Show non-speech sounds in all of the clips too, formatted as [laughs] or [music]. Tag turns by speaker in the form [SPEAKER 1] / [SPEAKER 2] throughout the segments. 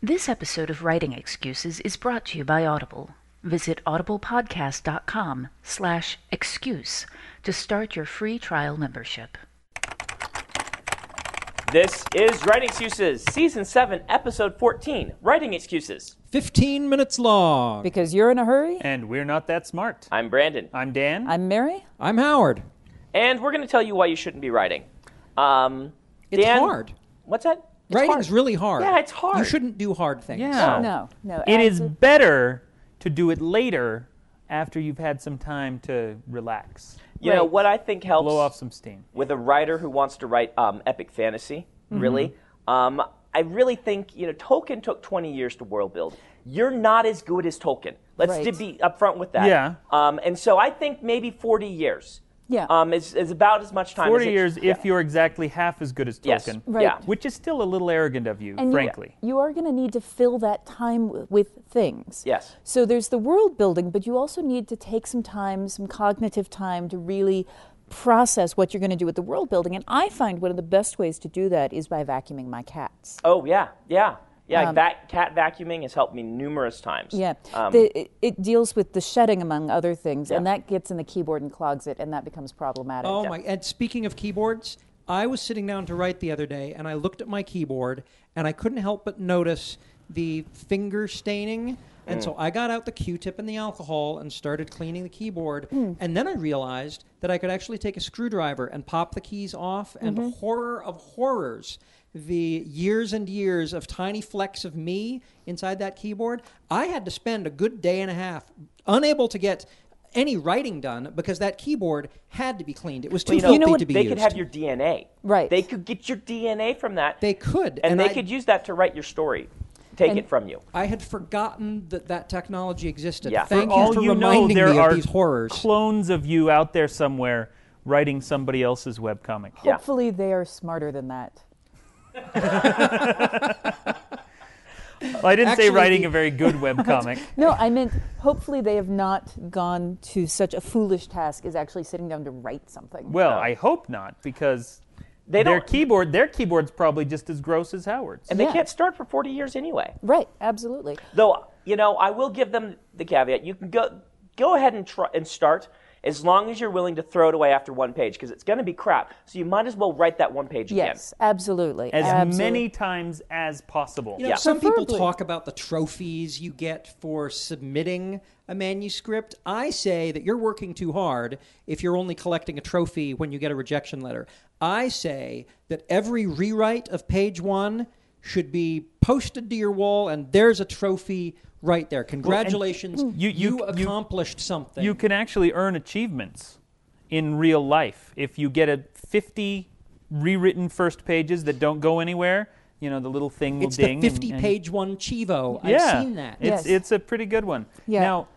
[SPEAKER 1] This episode of Writing Excuses is brought to you by Audible. Visit audiblepodcast.com slash excuse to start your free trial membership.
[SPEAKER 2] This is Writing Excuses, Season 7, Episode 14, Writing Excuses.
[SPEAKER 3] 15 minutes long.
[SPEAKER 4] Because you're in a hurry?
[SPEAKER 5] And we're not that smart.
[SPEAKER 2] I'm Brandon,
[SPEAKER 5] I'm Dan.
[SPEAKER 4] I'm Mary?
[SPEAKER 3] I'm Howard.
[SPEAKER 2] and we're going to tell you why you shouldn't be writing. Um,
[SPEAKER 3] It's
[SPEAKER 2] Dan,
[SPEAKER 3] hard.
[SPEAKER 2] What's that? It's
[SPEAKER 3] Writing's really hard.
[SPEAKER 2] Yeah, it's hard.
[SPEAKER 3] You shouldn't do hard things.
[SPEAKER 5] Yeah.
[SPEAKER 4] No, no.
[SPEAKER 5] It is
[SPEAKER 4] absolute-
[SPEAKER 5] better to do it later after you've had some time to relax,
[SPEAKER 2] You know,
[SPEAKER 4] Right.
[SPEAKER 2] what I think helps
[SPEAKER 5] blow off some steam.
[SPEAKER 2] with a writer who wants to write um, epic fantasy,
[SPEAKER 4] Mm-hmm.
[SPEAKER 2] really, um, I really think, you know, Tolkien took 20 years to world build. You're not as good as Tolkien. Let's
[SPEAKER 4] Right.
[SPEAKER 2] to be upfront with that.
[SPEAKER 5] Yeah.
[SPEAKER 2] Um, and so I think maybe 40 years
[SPEAKER 4] Yeah.
[SPEAKER 2] um, is, is about as much time
[SPEAKER 5] 40
[SPEAKER 2] as it-
[SPEAKER 5] years if you're exactly half as good as Tolkien,
[SPEAKER 2] Yes.
[SPEAKER 4] Right.
[SPEAKER 2] Yeah.
[SPEAKER 5] which is still a little arrogant of you,
[SPEAKER 4] And you-
[SPEAKER 5] frankly.
[SPEAKER 4] You, are going to need to fill that time w- with things.
[SPEAKER 2] Yes.
[SPEAKER 4] So there's the world building, but you also need to take some time, some cognitive time to really process what you're going to do with the world building. And I find one of the best ways to do that is by vacuuming my cats.
[SPEAKER 2] Oh yeah, yeah, yeah. vac- cat vacuuming has helped me numerous times.
[SPEAKER 4] Um, Yeah.
[SPEAKER 2] Um,
[SPEAKER 4] the, it, it deals with the shedding, among other things, and that gets in the keyboard and clogs it, and that becomes problematic.
[SPEAKER 3] Oh my! And speaking of keyboards, I was sitting down to write the other day, and I looked at my keyboard, and I couldn't help but notice the finger staining. And so I got out the Q-tip and the alcohol and started cleaning the keyboard. And then I realized that I could actually take a screwdriver and pop the keys off. And horror of horrors, the years and years of tiny flecks of me inside that keyboard, I had to spend a good day and a half unable to get any writing done because that keyboard had to be cleaned. It was too
[SPEAKER 2] you know,
[SPEAKER 3] filthy
[SPEAKER 4] You know what-
[SPEAKER 3] to be
[SPEAKER 2] they
[SPEAKER 3] used.
[SPEAKER 2] could have your DNA.
[SPEAKER 4] Right.
[SPEAKER 2] They could get your DNA from that.
[SPEAKER 3] They could,
[SPEAKER 2] and,
[SPEAKER 3] and
[SPEAKER 2] they
[SPEAKER 3] I-
[SPEAKER 2] could use that to write your story. Take
[SPEAKER 4] And-
[SPEAKER 2] it from you.
[SPEAKER 3] I had forgotten that that technology existed.
[SPEAKER 2] Yeah. For
[SPEAKER 3] Thank you
[SPEAKER 5] all
[SPEAKER 3] for
[SPEAKER 5] you know,
[SPEAKER 3] reminding
[SPEAKER 5] there
[SPEAKER 3] me
[SPEAKER 5] are
[SPEAKER 3] of these horrors.
[SPEAKER 5] clones of you out there somewhere writing somebody else's webcomic.
[SPEAKER 2] Yeah.
[SPEAKER 4] Hopefully, they are smarter than that.
[SPEAKER 5] Well, I didn't say
[SPEAKER 3] Actually,
[SPEAKER 5] writing
[SPEAKER 3] the-
[SPEAKER 5] a
[SPEAKER 3] [laughs]
[SPEAKER 5] very good webcomic.
[SPEAKER 4] No, I meant hopefully they have not gone to such a foolish task as actually sitting down to write something.
[SPEAKER 5] well, I hope not because
[SPEAKER 2] They
[SPEAKER 5] their
[SPEAKER 2] don't-
[SPEAKER 5] keyboard their keyboard's probably just as gross as Howard's.
[SPEAKER 2] And
[SPEAKER 4] Yeah.
[SPEAKER 2] they can't start for 40 years anyway.
[SPEAKER 4] right, absolutely.
[SPEAKER 2] Though, you know, I will give them the caveat. You can go go ahead and try and start as long as you're willing to throw it away after one page because it's going to be crap. So you might as well write that one page again.
[SPEAKER 4] Yes, absolutely.
[SPEAKER 5] as
[SPEAKER 4] absolutely.
[SPEAKER 5] many times as possible.
[SPEAKER 3] You know,
[SPEAKER 2] Yeah.
[SPEAKER 3] some people
[SPEAKER 4] Preferably.
[SPEAKER 3] talk about the trophies you get for submitting a manuscript. I say that you're working too hard if you're only collecting a trophy when you get a rejection letter. I say that every rewrite of page one should be posted to your wall, and there's a trophy right there. Congratulations,
[SPEAKER 5] you-
[SPEAKER 3] you,
[SPEAKER 5] you- you-
[SPEAKER 3] accomplished something.
[SPEAKER 5] You can actually earn achievements in real life if you get a 50 rewritten first pages that don't go anywhere. You know, the little thing will
[SPEAKER 3] it's
[SPEAKER 5] ding.
[SPEAKER 3] the
[SPEAKER 5] and-
[SPEAKER 3] 50
[SPEAKER 5] and-
[SPEAKER 3] page one Chivo.
[SPEAKER 5] Yeah,
[SPEAKER 3] I've seen that.
[SPEAKER 5] It's
[SPEAKER 4] Yes.
[SPEAKER 5] it's a pretty good one.
[SPEAKER 4] Yeah.
[SPEAKER 5] Now,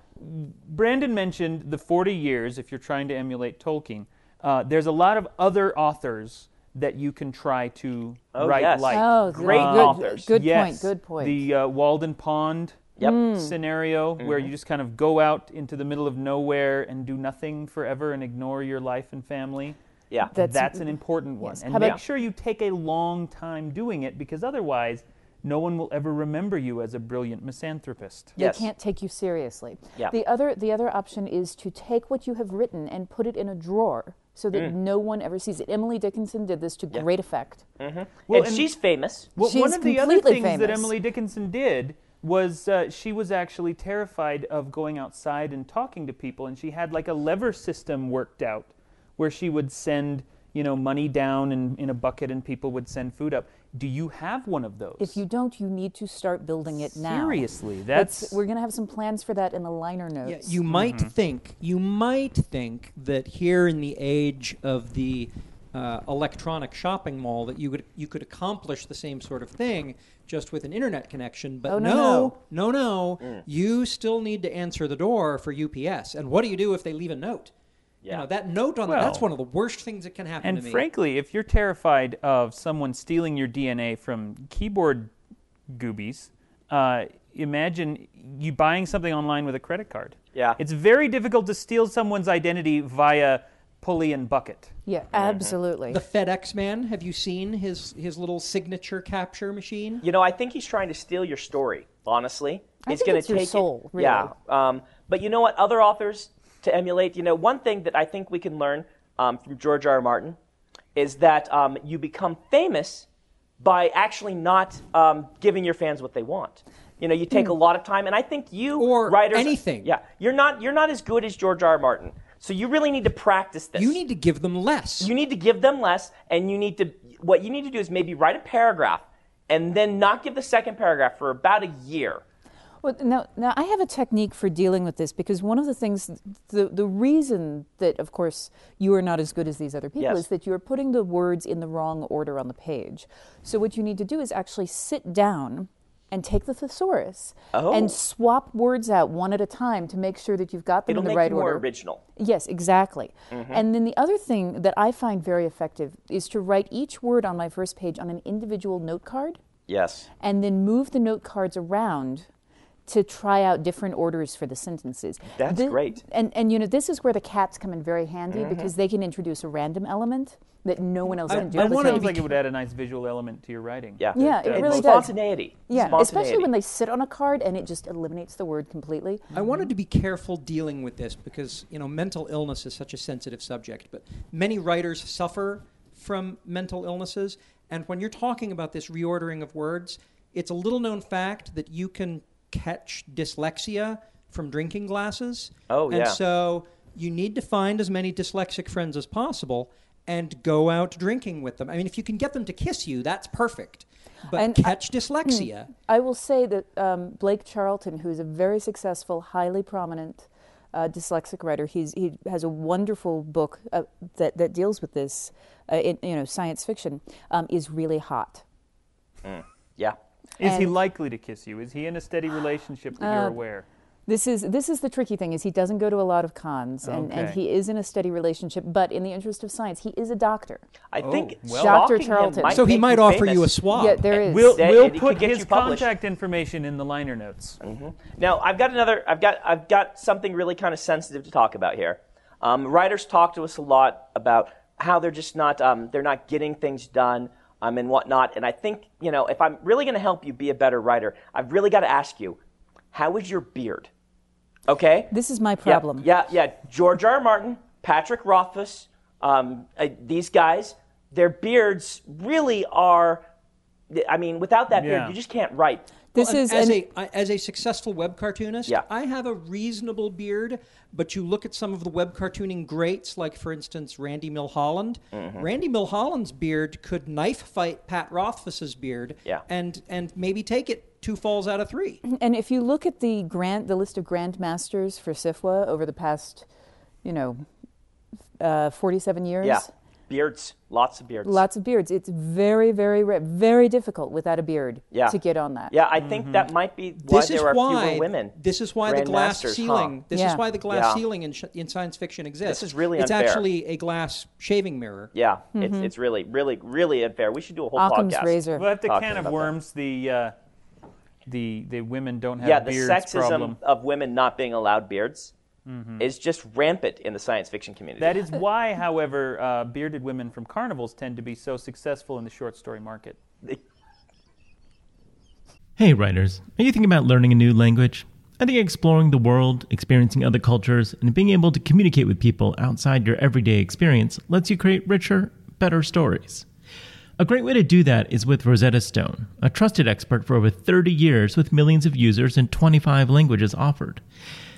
[SPEAKER 5] Brandon mentioned the 40 years. If you're trying to emulate Tolkien, uh, there's a lot of other authors that you can try to
[SPEAKER 2] Oh,
[SPEAKER 5] write
[SPEAKER 2] yes.
[SPEAKER 5] like.
[SPEAKER 4] Oh,
[SPEAKER 2] Great
[SPEAKER 4] good,
[SPEAKER 2] authors.
[SPEAKER 4] Good
[SPEAKER 5] Yes,
[SPEAKER 4] point. Good point. Hmm.
[SPEAKER 5] The uh, Walden Pond
[SPEAKER 2] Yep. Mm.
[SPEAKER 5] scenario where you just kind of go out into the middle of nowhere and do nothing forever and ignore your life and family.
[SPEAKER 2] Yeah.
[SPEAKER 5] That's,
[SPEAKER 4] That's-
[SPEAKER 5] an important one.
[SPEAKER 4] yes.
[SPEAKER 5] And
[SPEAKER 4] How
[SPEAKER 5] make
[SPEAKER 4] about-
[SPEAKER 5] sure you take a long time doing it because otherwise no one will ever remember you as a brilliant misanthropist.
[SPEAKER 4] they
[SPEAKER 2] Yes.
[SPEAKER 4] can't take you seriously.
[SPEAKER 2] Yeah.
[SPEAKER 4] The other the other option is to take what you have written and put it in a drawer so that no one ever sees it. Emily Dickinson did this to great effect.
[SPEAKER 5] Well,
[SPEAKER 2] and
[SPEAKER 5] and-
[SPEAKER 2] she's famous.
[SPEAKER 5] Well, one
[SPEAKER 4] She's
[SPEAKER 5] of the other
[SPEAKER 4] completely
[SPEAKER 5] things that
[SPEAKER 4] famous.
[SPEAKER 5] Emily Dickinson did was uh, she was actually terrified of going outside and talking to people, and she had like a lever system worked out where she would send you know money down in, in a bucket and people would send food up. Do you have one of those?
[SPEAKER 4] If you don't, you need to start building it now.
[SPEAKER 5] Seriously,
[SPEAKER 4] That's-
[SPEAKER 5] that's-
[SPEAKER 4] we're going to have some plans for that in the liner
[SPEAKER 3] Yeah,
[SPEAKER 4] notes.
[SPEAKER 3] you might think you might think that here in the age of the uh, electronic shopping mall that you could you could accomplish the same sort of thing just with an internet connection. But
[SPEAKER 4] Oh, no,
[SPEAKER 3] no, no, no, you still need to answer the door for UPS. And what do you do if they leave a note? You
[SPEAKER 2] Yeah.
[SPEAKER 3] know, that note on the- that's
[SPEAKER 5] Well-
[SPEAKER 3] one of the worst things that can happen to
[SPEAKER 5] And
[SPEAKER 3] me.
[SPEAKER 5] frankly, if you're terrified of someone stealing your DNA from keyboard goobies, uh, imagine you buying something online with a credit card.
[SPEAKER 2] Yeah.
[SPEAKER 5] It's very difficult to steal someone's identity via pulley and bucket.
[SPEAKER 4] Yeah, absolutely.
[SPEAKER 3] the FedEx man, have you seen his his little signature capture machine?
[SPEAKER 2] You know, I think he's trying to steal your story. Honestly,
[SPEAKER 4] I
[SPEAKER 2] it's
[SPEAKER 4] think
[SPEAKER 2] going
[SPEAKER 4] it's
[SPEAKER 2] to
[SPEAKER 4] your
[SPEAKER 2] take
[SPEAKER 4] soul,
[SPEAKER 2] It, yeah, um, but you know what? Other authors to emulate. You know, one thing that I think we can learn um, from George R. R. Martin is that um, you become famous by actually not um, giving your fans what they want. You know, you take
[SPEAKER 4] Hmm.
[SPEAKER 2] a lot of time, and I think you
[SPEAKER 3] Or
[SPEAKER 2] writers,
[SPEAKER 3] anything.
[SPEAKER 2] Yeah, you're not you're not as good as George R. R. Martin, so you really need to practice this.
[SPEAKER 3] You need to give them less.
[SPEAKER 2] You need to give them less, and you need to. What you need to do is maybe write a paragraph, and then not give the second paragraph for about a year.
[SPEAKER 4] Well, now, now I have a technique for dealing with this because one of the things, the, the reason that, of course, you are not as good as these other people
[SPEAKER 2] Yes.
[SPEAKER 4] is that you are putting the words in the wrong order on the page. So what you need to do is actually sit down and take the thesaurus
[SPEAKER 2] Oh.
[SPEAKER 4] and swap words out one at a time to make sure that you've got them
[SPEAKER 2] It'll
[SPEAKER 4] in the
[SPEAKER 2] make
[SPEAKER 4] right
[SPEAKER 2] you more
[SPEAKER 4] order.
[SPEAKER 2] original. Mm-hmm.
[SPEAKER 4] Yes, exactly. And then the other thing that I find very effective is to write each word on my first page on an individual note card
[SPEAKER 2] Yes.
[SPEAKER 4] and then move the note cards around to try out different orders for the sentences.
[SPEAKER 2] That's
[SPEAKER 4] Thi-
[SPEAKER 2] great. Mm-hmm.
[SPEAKER 4] And and you know this is where the cats come in very handy because they can introduce a random element that no one else can do.
[SPEAKER 3] I
[SPEAKER 4] at the
[SPEAKER 3] wanna
[SPEAKER 4] same
[SPEAKER 5] Sounds like it would add a nice visual element to your writing.
[SPEAKER 2] Yeah.
[SPEAKER 4] Yeah, it
[SPEAKER 2] And
[SPEAKER 4] really does.
[SPEAKER 2] spontaneity.
[SPEAKER 4] yeah, especially
[SPEAKER 2] Spontaneity.
[SPEAKER 4] when they sit on a card and it just eliminates the word completely.
[SPEAKER 3] I wanted to be careful dealing with this because you know mental illness is such a sensitive subject, but many writers suffer from mental illnesses, and when you're talking about this reordering of words, it's a little known fact that you can catch dyslexia from drinking glasses.
[SPEAKER 2] Oh,
[SPEAKER 3] and
[SPEAKER 2] yeah.
[SPEAKER 3] so you need to find as many dyslexic friends as possible and go out drinking with them. I mean, if you can get them to kiss you, that's perfect. But
[SPEAKER 4] And hmm. I-
[SPEAKER 3] catch dyslexia.
[SPEAKER 4] I will say that um, Blake Charlton, who's a very successful, highly prominent uh, dyslexic writer, he's, he has a wonderful book uh, that, that deals with this, uh, in, you know, science fiction, um, is really hot.
[SPEAKER 2] Yeah.
[SPEAKER 5] Is he
[SPEAKER 4] And-
[SPEAKER 5] likely to kiss you? Is he in
[SPEAKER 2] [sighs]
[SPEAKER 5] a steady relationship that
[SPEAKER 2] Uh,
[SPEAKER 5] you're aware?
[SPEAKER 4] This is this is the tricky thing is he doesn't go to a lot of cons and, and
[SPEAKER 5] Okay.
[SPEAKER 4] he is in a steady relationship but in the interest of science he is a doctor.
[SPEAKER 2] I think
[SPEAKER 5] well.
[SPEAKER 2] stalking
[SPEAKER 4] Dr.
[SPEAKER 2] him
[SPEAKER 4] Charlton.
[SPEAKER 2] might
[SPEAKER 3] Oh, So he
[SPEAKER 2] make
[SPEAKER 3] might
[SPEAKER 2] you
[SPEAKER 3] offer you a
[SPEAKER 2] famous.
[SPEAKER 3] swab.
[SPEAKER 4] yeah, there is.
[SPEAKER 5] We'll,
[SPEAKER 2] That-
[SPEAKER 5] we'll
[SPEAKER 2] it could
[SPEAKER 5] put
[SPEAKER 2] get
[SPEAKER 5] his
[SPEAKER 2] you published.
[SPEAKER 5] contact information in the liner notes.
[SPEAKER 2] Mm-hmm. Now I've got another. I've got. I've got something really kind of sensitive to talk about here. Um, writers talk to us a lot about how they're just not. Um, they're not getting things done um, and whatnot. And I think you know, if I'm really going to help you be a better writer, I've really got to ask you, how is your beard? Okay.
[SPEAKER 4] This is my
[SPEAKER 2] Yeah,
[SPEAKER 4] problem.
[SPEAKER 2] Yeah, yeah. George R. R. Martin, Patrick Rothfuss, um, uh, these guys, their beards really are. I mean, without that
[SPEAKER 5] Yeah.
[SPEAKER 2] beard, you just can't write.
[SPEAKER 4] This
[SPEAKER 3] Well,
[SPEAKER 4] is
[SPEAKER 3] as
[SPEAKER 4] an-
[SPEAKER 3] a I- as a successful web cartoonist.
[SPEAKER 2] Yeah.
[SPEAKER 3] I have a reasonable beard, but you look at some of the web cartooning greats, like for instance Randy Milholland.
[SPEAKER 2] Mm-hmm.
[SPEAKER 3] Randy Milholland's beard could knife fight Pat Rothfuss's beard,
[SPEAKER 2] Yeah.
[SPEAKER 3] and and maybe take it two falls out of three.
[SPEAKER 4] and if you look at the grand, the list of grandmasters for CIFWA over the past, you know, uh, 47 years,
[SPEAKER 2] Yeah, beards, lots of beards.
[SPEAKER 4] lots of beards. It's very, very, rare, very difficult without a beard
[SPEAKER 2] yeah.
[SPEAKER 4] to get on that.
[SPEAKER 2] Yeah, I think
[SPEAKER 5] Mm-hmm.
[SPEAKER 2] that might be why
[SPEAKER 3] this
[SPEAKER 2] there
[SPEAKER 3] is
[SPEAKER 2] are
[SPEAKER 3] why
[SPEAKER 2] fewer women.
[SPEAKER 3] This is why the glass
[SPEAKER 2] grandmasters, huh?
[SPEAKER 3] ceiling. This
[SPEAKER 4] Yeah.
[SPEAKER 3] is why the glass
[SPEAKER 2] Yeah.
[SPEAKER 3] ceiling in, sh- in science fiction exists.
[SPEAKER 2] is really
[SPEAKER 3] it's
[SPEAKER 2] unfair.
[SPEAKER 3] actually a glass shaving mirror.
[SPEAKER 2] Yeah, it's, it's really, really, really unfair. We should do a whole
[SPEAKER 4] Mm-hmm. Occam's
[SPEAKER 2] podcast.
[SPEAKER 4] razor.
[SPEAKER 5] Well, at the
[SPEAKER 2] Talking
[SPEAKER 5] can of
[SPEAKER 2] about that.
[SPEAKER 5] worms, the uh, the the women don't have
[SPEAKER 2] Yeah, the
[SPEAKER 5] beards
[SPEAKER 2] sexism
[SPEAKER 5] problem. Mm-hmm.
[SPEAKER 2] of women not being allowed beards is just rampant in the science fiction community.
[SPEAKER 5] That is why, however, uh, bearded women from carnivals tend to be so successful in the short story market.
[SPEAKER 6] Hey, writers, are you thinking about learning a new language? I think exploring the world, experiencing other cultures, and being able to communicate with people outside your everyday experience lets you create richer, better stories. A great way to do that is with Rosetta Stone, a trusted expert for over 30 years with millions of users in 25 languages offered.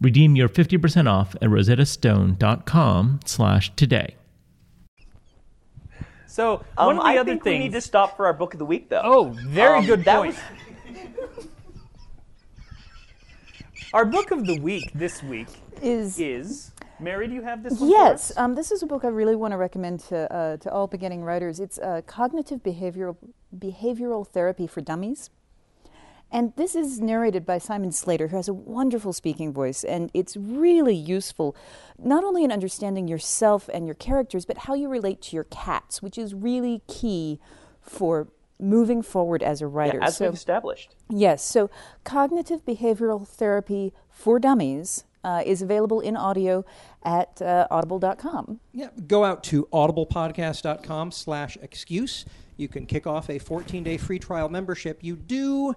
[SPEAKER 6] Redeem your 50% off at rosettastone.com slash today.
[SPEAKER 5] So
[SPEAKER 2] Um,
[SPEAKER 5] one of the
[SPEAKER 2] I
[SPEAKER 5] other
[SPEAKER 2] think
[SPEAKER 5] things.
[SPEAKER 2] we need to stop for our book of the week, though.
[SPEAKER 5] Oh, very
[SPEAKER 2] Um,
[SPEAKER 5] good
[SPEAKER 2] that
[SPEAKER 5] point. Our book of the week this week
[SPEAKER 4] Is
[SPEAKER 5] is Mary. Do you have this one? for
[SPEAKER 4] Yes,
[SPEAKER 5] us?
[SPEAKER 4] um, this is a book I really want to recommend to, uh, to all beginning writers. It's uh, Cognitive Behavioral, Behavioral Therapy for Dummies. And this is narrated by Simon Slater, who has a wonderful speaking voice. And it's really useful, not only in understanding yourself and your characters, but how you relate to your cats, which is really key for moving forward as a writer.
[SPEAKER 2] As
[SPEAKER 4] So-
[SPEAKER 2] we've established.
[SPEAKER 4] Yes. So, cognitive behavioral therapy for dummies uh, is available in audio at uh, audible.com.
[SPEAKER 3] Yeah, go out to audiblepodcast.com slash excuse. You can kick off a 14-day free trial membership. You do,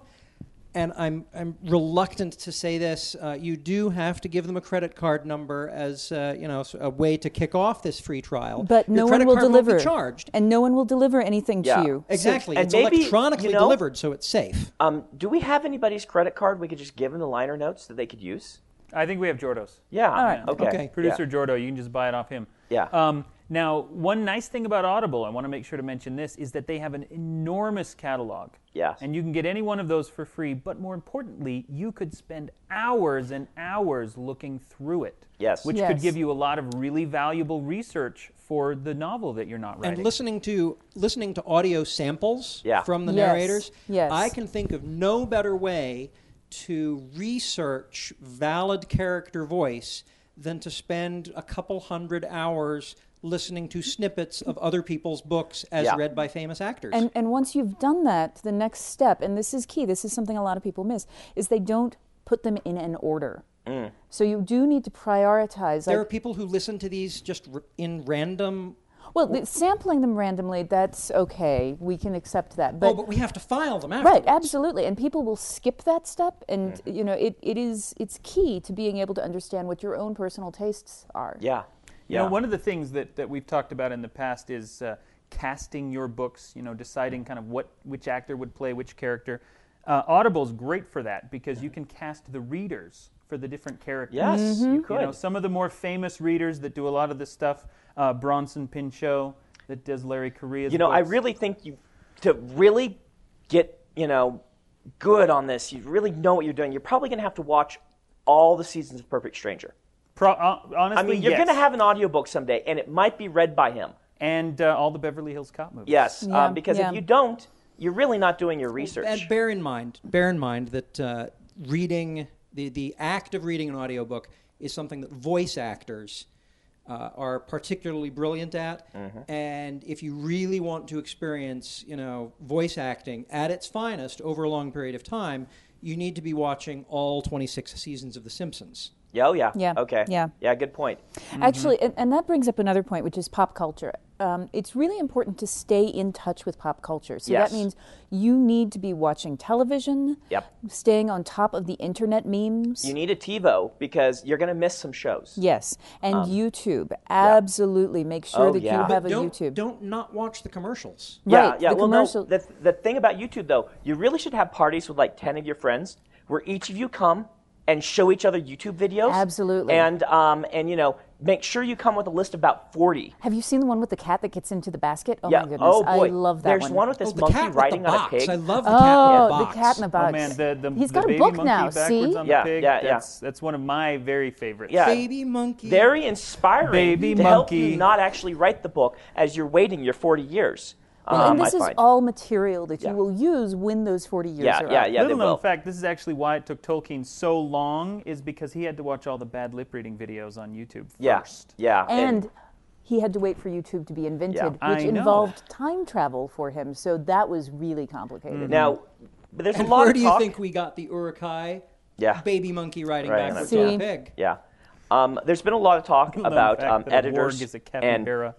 [SPEAKER 3] and I'm, I'm reluctant to say this, uh, you do have to give them a credit card number as, uh, you know, a way to kick off this free trial.
[SPEAKER 4] But
[SPEAKER 3] Your
[SPEAKER 4] no one
[SPEAKER 3] credit
[SPEAKER 4] will
[SPEAKER 3] card
[SPEAKER 4] deliver.
[SPEAKER 3] Won't be charged.
[SPEAKER 4] And no one will deliver anything
[SPEAKER 2] Yeah.
[SPEAKER 4] to you.
[SPEAKER 3] Exactly.
[SPEAKER 2] and
[SPEAKER 3] it's
[SPEAKER 2] maybe, you
[SPEAKER 3] electronically
[SPEAKER 2] know-
[SPEAKER 3] delivered, so it's safe.
[SPEAKER 2] Um, do we have anybody's credit card we could just give them the liner notes that they could use?
[SPEAKER 5] I think we have Jordos.
[SPEAKER 2] Yeah.
[SPEAKER 4] right.
[SPEAKER 2] Okay.
[SPEAKER 3] Okay.
[SPEAKER 5] Producer
[SPEAKER 2] Yeah.
[SPEAKER 5] Jordo, you can just buy it off him.
[SPEAKER 2] Yeah.
[SPEAKER 5] Um, now, one nice thing about Audible, I want to make sure to mention this, is that they have an enormous catalog.
[SPEAKER 2] Yes.
[SPEAKER 5] And you can get any one of those for free, but more importantly, you could spend hours and hours looking through it.
[SPEAKER 2] Yes.
[SPEAKER 5] Which could
[SPEAKER 4] Yes.
[SPEAKER 5] give you a lot of really valuable research for the novel that you're not writing.
[SPEAKER 3] and listening to listening to audio samples
[SPEAKER 2] Yeah.
[SPEAKER 3] from the
[SPEAKER 4] Yes,
[SPEAKER 3] narrators
[SPEAKER 4] yes.
[SPEAKER 3] i can think of no better way to research valid character voice than to spend a couple hundred hours listening to snippets of other people's books as
[SPEAKER 2] Yeah.
[SPEAKER 3] read by famous actors
[SPEAKER 4] And, and once you've done that, the next step, and this is key, this is something a lot of people miss, is they don't put them in an order.
[SPEAKER 3] Mm.
[SPEAKER 4] So you do need to prioritize.
[SPEAKER 3] there
[SPEAKER 4] like-
[SPEAKER 3] are people who listen to these just r- in random
[SPEAKER 4] well, the, sampling them randomly, that's okay. We can accept that. But
[SPEAKER 3] oh but we have to file them after
[SPEAKER 4] Right, absolutely. And people will skip that step and
[SPEAKER 2] Mm-hmm.
[SPEAKER 4] you know, it, it is it's key to being able to understand what your own personal tastes are.
[SPEAKER 2] Yeah.
[SPEAKER 5] You
[SPEAKER 2] Yeah.
[SPEAKER 5] know, one of the things that, that we've talked about in the past is uh, casting your books, you know, deciding kind of what which actor would play which character. Uh, Audible's great for that because you can cast the readers for the different characters.
[SPEAKER 2] Yes, Mhm. you
[SPEAKER 4] Mm-hmm.
[SPEAKER 5] You know,
[SPEAKER 2] could.
[SPEAKER 5] some of the more famous readers that do a lot of this stuff, uh, Bronson Pinchot that does Larry Correa's
[SPEAKER 2] you know, I
[SPEAKER 5] books.
[SPEAKER 2] really think you to really get you know good on this. You really know what you're doing. You're probably going to have to watch all the seasons of Perfect Stranger.
[SPEAKER 5] Pro- uh,
[SPEAKER 2] I
[SPEAKER 5] honestly,
[SPEAKER 2] mean, you're
[SPEAKER 5] yes.
[SPEAKER 2] going to have an audiobook someday, and it might be read by him.
[SPEAKER 5] and uh, all the Beverly Hills Cop movies.
[SPEAKER 2] Yes,
[SPEAKER 4] Yeah,
[SPEAKER 2] um, because
[SPEAKER 4] yeah.
[SPEAKER 2] if you don't, you're really not doing your research.
[SPEAKER 3] And bear in mind, bear in mind that uh, reading the the act of reading an audiobook is something that voice actors uh, are particularly brilliant at.
[SPEAKER 2] Mm-hmm.
[SPEAKER 3] And if you really want to experience, you know, voice acting at its finest over a long period of time, you need to be watching all 26 seasons of The Simpsons.
[SPEAKER 2] Yeah, oh yeah.
[SPEAKER 4] Yeah,
[SPEAKER 2] Okay.
[SPEAKER 4] yeah.
[SPEAKER 2] Yeah. Good point.
[SPEAKER 4] Actually, and, and that brings up another point, which is pop culture. Um, it's really important to stay in touch with pop culture. So
[SPEAKER 2] Yes.
[SPEAKER 4] that means you need to be watching television,
[SPEAKER 2] Yep.
[SPEAKER 4] staying on top of the internet memes.
[SPEAKER 2] You need a TiVo because you're going to miss some shows.
[SPEAKER 4] yes, and YouTube. Absolutely. Make sure
[SPEAKER 2] Um, Oh,
[SPEAKER 4] that
[SPEAKER 2] yeah.
[SPEAKER 4] you have a
[SPEAKER 3] don't,
[SPEAKER 4] YouTube.
[SPEAKER 3] Don't not watch the commercials.
[SPEAKER 2] Yeah,
[SPEAKER 4] right,
[SPEAKER 2] yeah.
[SPEAKER 4] the
[SPEAKER 2] well,
[SPEAKER 4] commercial.
[SPEAKER 2] no. The, the thing about YouTube though, you really should have parties with like ten of your friends, where each of you come and show each other YouTube videos.
[SPEAKER 4] Absolutely.
[SPEAKER 2] And um and you know make sure you come with a list of about forty.
[SPEAKER 4] have you seen the one with the cat that gets into the basket? Oh
[SPEAKER 2] yeah.
[SPEAKER 4] my goodness.
[SPEAKER 2] oh boy.
[SPEAKER 4] I love that
[SPEAKER 2] There's
[SPEAKER 4] one.
[SPEAKER 2] one, with this
[SPEAKER 3] Oh, the cat
[SPEAKER 2] monkey
[SPEAKER 3] with
[SPEAKER 2] riding
[SPEAKER 3] the
[SPEAKER 2] on a
[SPEAKER 3] box.
[SPEAKER 2] pig.
[SPEAKER 3] I love the
[SPEAKER 4] Oh,
[SPEAKER 3] cat with
[SPEAKER 4] the cat in the box.
[SPEAKER 5] Oh man, the, the,
[SPEAKER 4] He's
[SPEAKER 5] the
[SPEAKER 4] got a
[SPEAKER 5] baby
[SPEAKER 4] book
[SPEAKER 5] monkey
[SPEAKER 4] now.
[SPEAKER 5] backwards
[SPEAKER 4] See,
[SPEAKER 5] on
[SPEAKER 2] Yeah,
[SPEAKER 5] the pig.
[SPEAKER 2] yeah, yeah.
[SPEAKER 5] That's that's one of my very favorites.
[SPEAKER 2] Yeah.
[SPEAKER 3] Baby monkey.
[SPEAKER 2] Very inspiring
[SPEAKER 5] Baby
[SPEAKER 2] to help you
[SPEAKER 5] monkey.
[SPEAKER 2] not actually write the book as you're waiting your 40 years.
[SPEAKER 4] Well,
[SPEAKER 2] um,
[SPEAKER 4] and this
[SPEAKER 2] I
[SPEAKER 4] is
[SPEAKER 2] find.
[SPEAKER 4] all material that
[SPEAKER 2] Yeah.
[SPEAKER 4] you will use when those 40 years
[SPEAKER 2] Yeah,
[SPEAKER 4] are
[SPEAKER 2] yeah,
[SPEAKER 4] up.
[SPEAKER 2] yeah. they
[SPEAKER 5] Little known
[SPEAKER 2] will.
[SPEAKER 5] fact, this is actually why it took Tolkien so long, is because he had to watch all the bad lip reading videos on YouTube first.
[SPEAKER 2] yeah, yeah.
[SPEAKER 4] And he had to wait for YouTube to be invented,
[SPEAKER 2] Yeah.
[SPEAKER 4] which
[SPEAKER 5] I know.
[SPEAKER 4] involved time travel for him. So that was really complicated.
[SPEAKER 2] Now, but there's
[SPEAKER 3] And
[SPEAKER 2] a lot
[SPEAKER 3] where
[SPEAKER 2] of
[SPEAKER 3] do you
[SPEAKER 2] talk.
[SPEAKER 3] think we got the urukai?
[SPEAKER 2] Yeah.
[SPEAKER 3] Baby monkey riding
[SPEAKER 2] Right,
[SPEAKER 3] backwards
[SPEAKER 4] and
[SPEAKER 3] on
[SPEAKER 4] I'm
[SPEAKER 3] a
[SPEAKER 4] down.
[SPEAKER 3] pig.
[SPEAKER 2] yeah. Um, there's been a lot of
[SPEAKER 5] [laughs]
[SPEAKER 2] talk
[SPEAKER 5] Known
[SPEAKER 2] about
[SPEAKER 5] fact
[SPEAKER 2] um,
[SPEAKER 5] that a
[SPEAKER 2] editors
[SPEAKER 5] warg is a
[SPEAKER 2] and
[SPEAKER 5] capybara.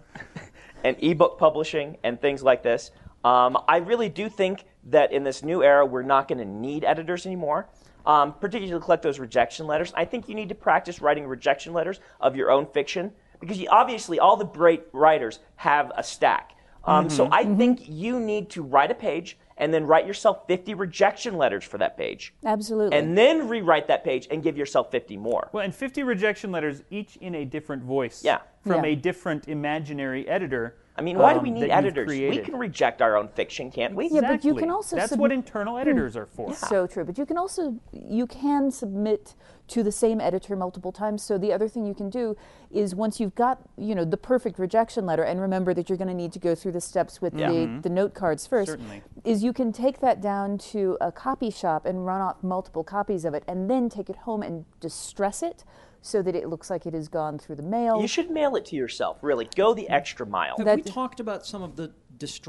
[SPEAKER 2] and ebook publishing and things like this. Um, I really do think that in this new era, we're not going to need editors anymore, um, particularly to collect those rejection letters. I think you need to practice writing rejection letters of your own fiction because you, obviously all the great writers have a stack. Um,
[SPEAKER 5] Mm-hmm.
[SPEAKER 2] So I think you need to write a page and then write yourself 50 rejection letters for that page.
[SPEAKER 4] Absolutely.
[SPEAKER 2] And then rewrite that page and give yourself 50 more.
[SPEAKER 5] Well, and 50 rejection letters, each in a different voice.
[SPEAKER 2] Yeah.
[SPEAKER 5] From
[SPEAKER 4] Yeah.
[SPEAKER 5] a different imaginary editor.
[SPEAKER 2] I mean, why do
[SPEAKER 5] um,
[SPEAKER 2] we
[SPEAKER 5] that
[SPEAKER 2] need
[SPEAKER 5] you've
[SPEAKER 2] editors? We
[SPEAKER 5] created.
[SPEAKER 2] can reject our own fiction, can't we?
[SPEAKER 4] Yeah, but you can
[SPEAKER 5] Exactly.
[SPEAKER 4] also Hmm.
[SPEAKER 5] That's
[SPEAKER 4] sub-
[SPEAKER 5] what internal editors are for.
[SPEAKER 4] So true. But you can also you can submit to the same editor multiple times. So the other thing you can do is once you've got, you know, the perfect rejection letter and remember that you're going to need to go through the steps with the, the note cards
[SPEAKER 5] Mm-hmm.
[SPEAKER 4] first
[SPEAKER 5] Certainly.
[SPEAKER 4] is you can take that down to a copy shop and run off multiple copies of it and then take it home and distress it so that it looks like it has gone through the mail.
[SPEAKER 2] You should mail it to yourself, really. Go the extra mile.
[SPEAKER 3] Have we
[SPEAKER 4] That-
[SPEAKER 3] talked about some of the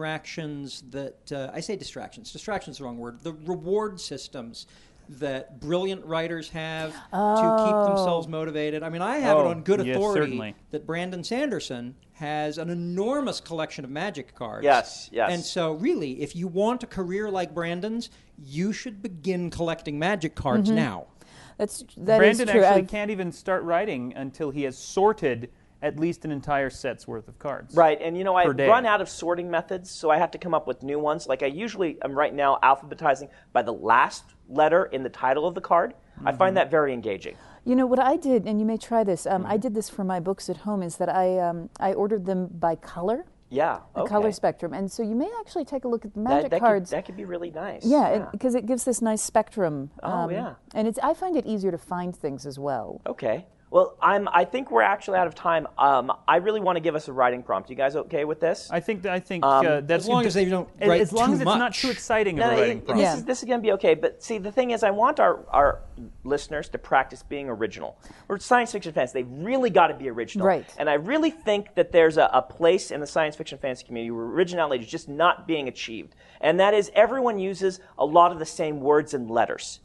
[SPEAKER 3] distractions that uh, I say distractions? Distractions is the wrong word. The reward systems that brilliant writers have to keep themselves motivated. I mean, I have it
[SPEAKER 5] Oh,
[SPEAKER 3] on good
[SPEAKER 5] yes,
[SPEAKER 3] authority
[SPEAKER 5] certainly.
[SPEAKER 3] that Brandon Sanderson has an enormous collection of magic cards.
[SPEAKER 2] Yes, yes.
[SPEAKER 3] And so, really, if you want a career like Brandon's, you should begin collecting magic cards now.
[SPEAKER 4] That's that is
[SPEAKER 5] Brandon
[SPEAKER 4] true.
[SPEAKER 5] actually
[SPEAKER 4] I've-
[SPEAKER 5] can't even start writing until he has sorted at least an entire set's worth of cards.
[SPEAKER 2] Right, and you know, I
[SPEAKER 5] Per day.
[SPEAKER 2] run out of sorting methods, so I have to come up with new ones. Like I usually am right now alphabetizing by the last letter in the title of the card. I
[SPEAKER 5] Mm-hmm.
[SPEAKER 2] find that very engaging.
[SPEAKER 4] You know what I did, and you may try this. Um,
[SPEAKER 5] Mm-hmm.
[SPEAKER 4] I did this for my books at home. Is that I um, I ordered them by color,
[SPEAKER 2] Yeah.
[SPEAKER 4] the
[SPEAKER 2] okay.
[SPEAKER 4] color spectrum, and so you may actually take a look at the
[SPEAKER 2] That-
[SPEAKER 4] magic
[SPEAKER 2] that could-
[SPEAKER 4] cards.
[SPEAKER 2] that could be really nice.
[SPEAKER 4] yeah, because it gives this nice spectrum. Oh
[SPEAKER 2] yeah.
[SPEAKER 4] And it's I find it easier to find things as well.
[SPEAKER 2] Okay. Well, I'm. I think we're actually out of time. Um, I really want to give us a writing prompt. You guys okay with this?
[SPEAKER 5] I think I think uh, that's
[SPEAKER 3] as long as they don't
[SPEAKER 5] as,
[SPEAKER 3] write
[SPEAKER 5] as long
[SPEAKER 3] too
[SPEAKER 5] as it's not
[SPEAKER 3] much.
[SPEAKER 5] too exciting of
[SPEAKER 2] Um, No,
[SPEAKER 5] a
[SPEAKER 2] no,
[SPEAKER 5] writing
[SPEAKER 2] it-
[SPEAKER 5] process.
[SPEAKER 2] this
[SPEAKER 4] Yeah.
[SPEAKER 2] is this is going to be okay. But see, the thing is, I want our our listeners to practice being original. We're science fiction fans; they really got to be original.
[SPEAKER 4] Right.
[SPEAKER 2] And I really think that there's a, a place in the science fiction fantasy community where originality is just not being achieved, and that is everyone uses a lot of the same words and letters.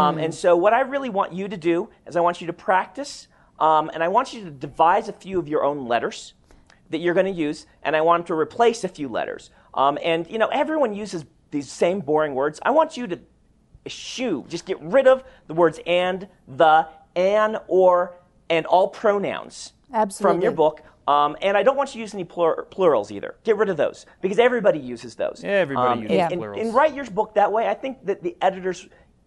[SPEAKER 2] Um, and so, what I really want you to do is, I want you to practice, um, and I want you to devise a few of your own letters that you're going to use, and I want them to replace a few letters. Um, and you know, everyone uses these same boring words. I want you to eschew, just get rid of the words and, the, an, or, and all pronouns from
[SPEAKER 4] Absolutely.
[SPEAKER 2] your book. Um, and I don't want you to use any plur- plurals either. Get rid of those because everybody uses those. Um,
[SPEAKER 5] Everybody uses
[SPEAKER 2] and- and,
[SPEAKER 5] plurals.
[SPEAKER 2] and write your book that way. I think that the editors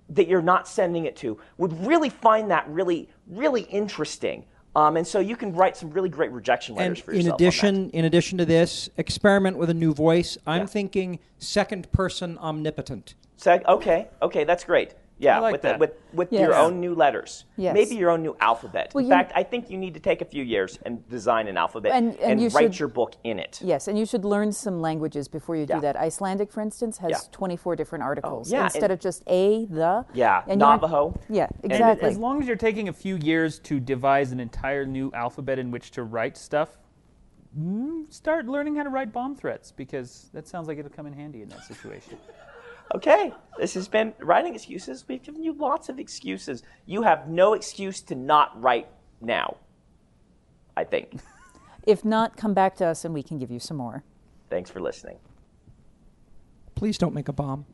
[SPEAKER 2] that you're not sending it to would really find that really, really interesting. Um, and so you can write some really great rejection letters
[SPEAKER 3] and
[SPEAKER 2] for
[SPEAKER 3] in
[SPEAKER 2] yourself. on that.
[SPEAKER 3] addition in addition to this experiment with a new voice i'm thinking second person omnipotent
[SPEAKER 2] Sec- okay, okay, that's great. Yeah,
[SPEAKER 5] I like
[SPEAKER 2] with,
[SPEAKER 5] that.
[SPEAKER 2] with with your
[SPEAKER 4] Yes.
[SPEAKER 2] own new letters,
[SPEAKER 4] Yes.
[SPEAKER 2] maybe your own new alphabet.
[SPEAKER 4] Well,
[SPEAKER 2] in
[SPEAKER 4] you-
[SPEAKER 2] fact, I think you need to take a few years and design an alphabet
[SPEAKER 4] And- and you
[SPEAKER 2] write
[SPEAKER 4] should-
[SPEAKER 2] your book in it.
[SPEAKER 4] Yes, and you should learn some languages before you
[SPEAKER 2] Yeah.
[SPEAKER 4] do that. Icelandic, for instance, has
[SPEAKER 2] Yeah. Oh,
[SPEAKER 4] 24 different articles
[SPEAKER 2] yeah,
[SPEAKER 4] instead
[SPEAKER 2] and-
[SPEAKER 4] of just a the.
[SPEAKER 2] Yeah,
[SPEAKER 4] and you aren't-
[SPEAKER 2] Navajo.
[SPEAKER 4] Yeah,
[SPEAKER 2] And-
[SPEAKER 5] And
[SPEAKER 4] exactly.
[SPEAKER 5] As long as you're taking a few years to devise an entire new alphabet in which to write stuff, mm, start learning how to write bomb threats because that sounds like it'll come in handy in that situation.
[SPEAKER 2] Okay, this has been writing excuses. We've given you lots of excuses. You have no excuse to not write now. I think.
[SPEAKER 4] if not, come back to us and we can give you some more.
[SPEAKER 2] Thanks for listening.
[SPEAKER 3] please don't make a bomb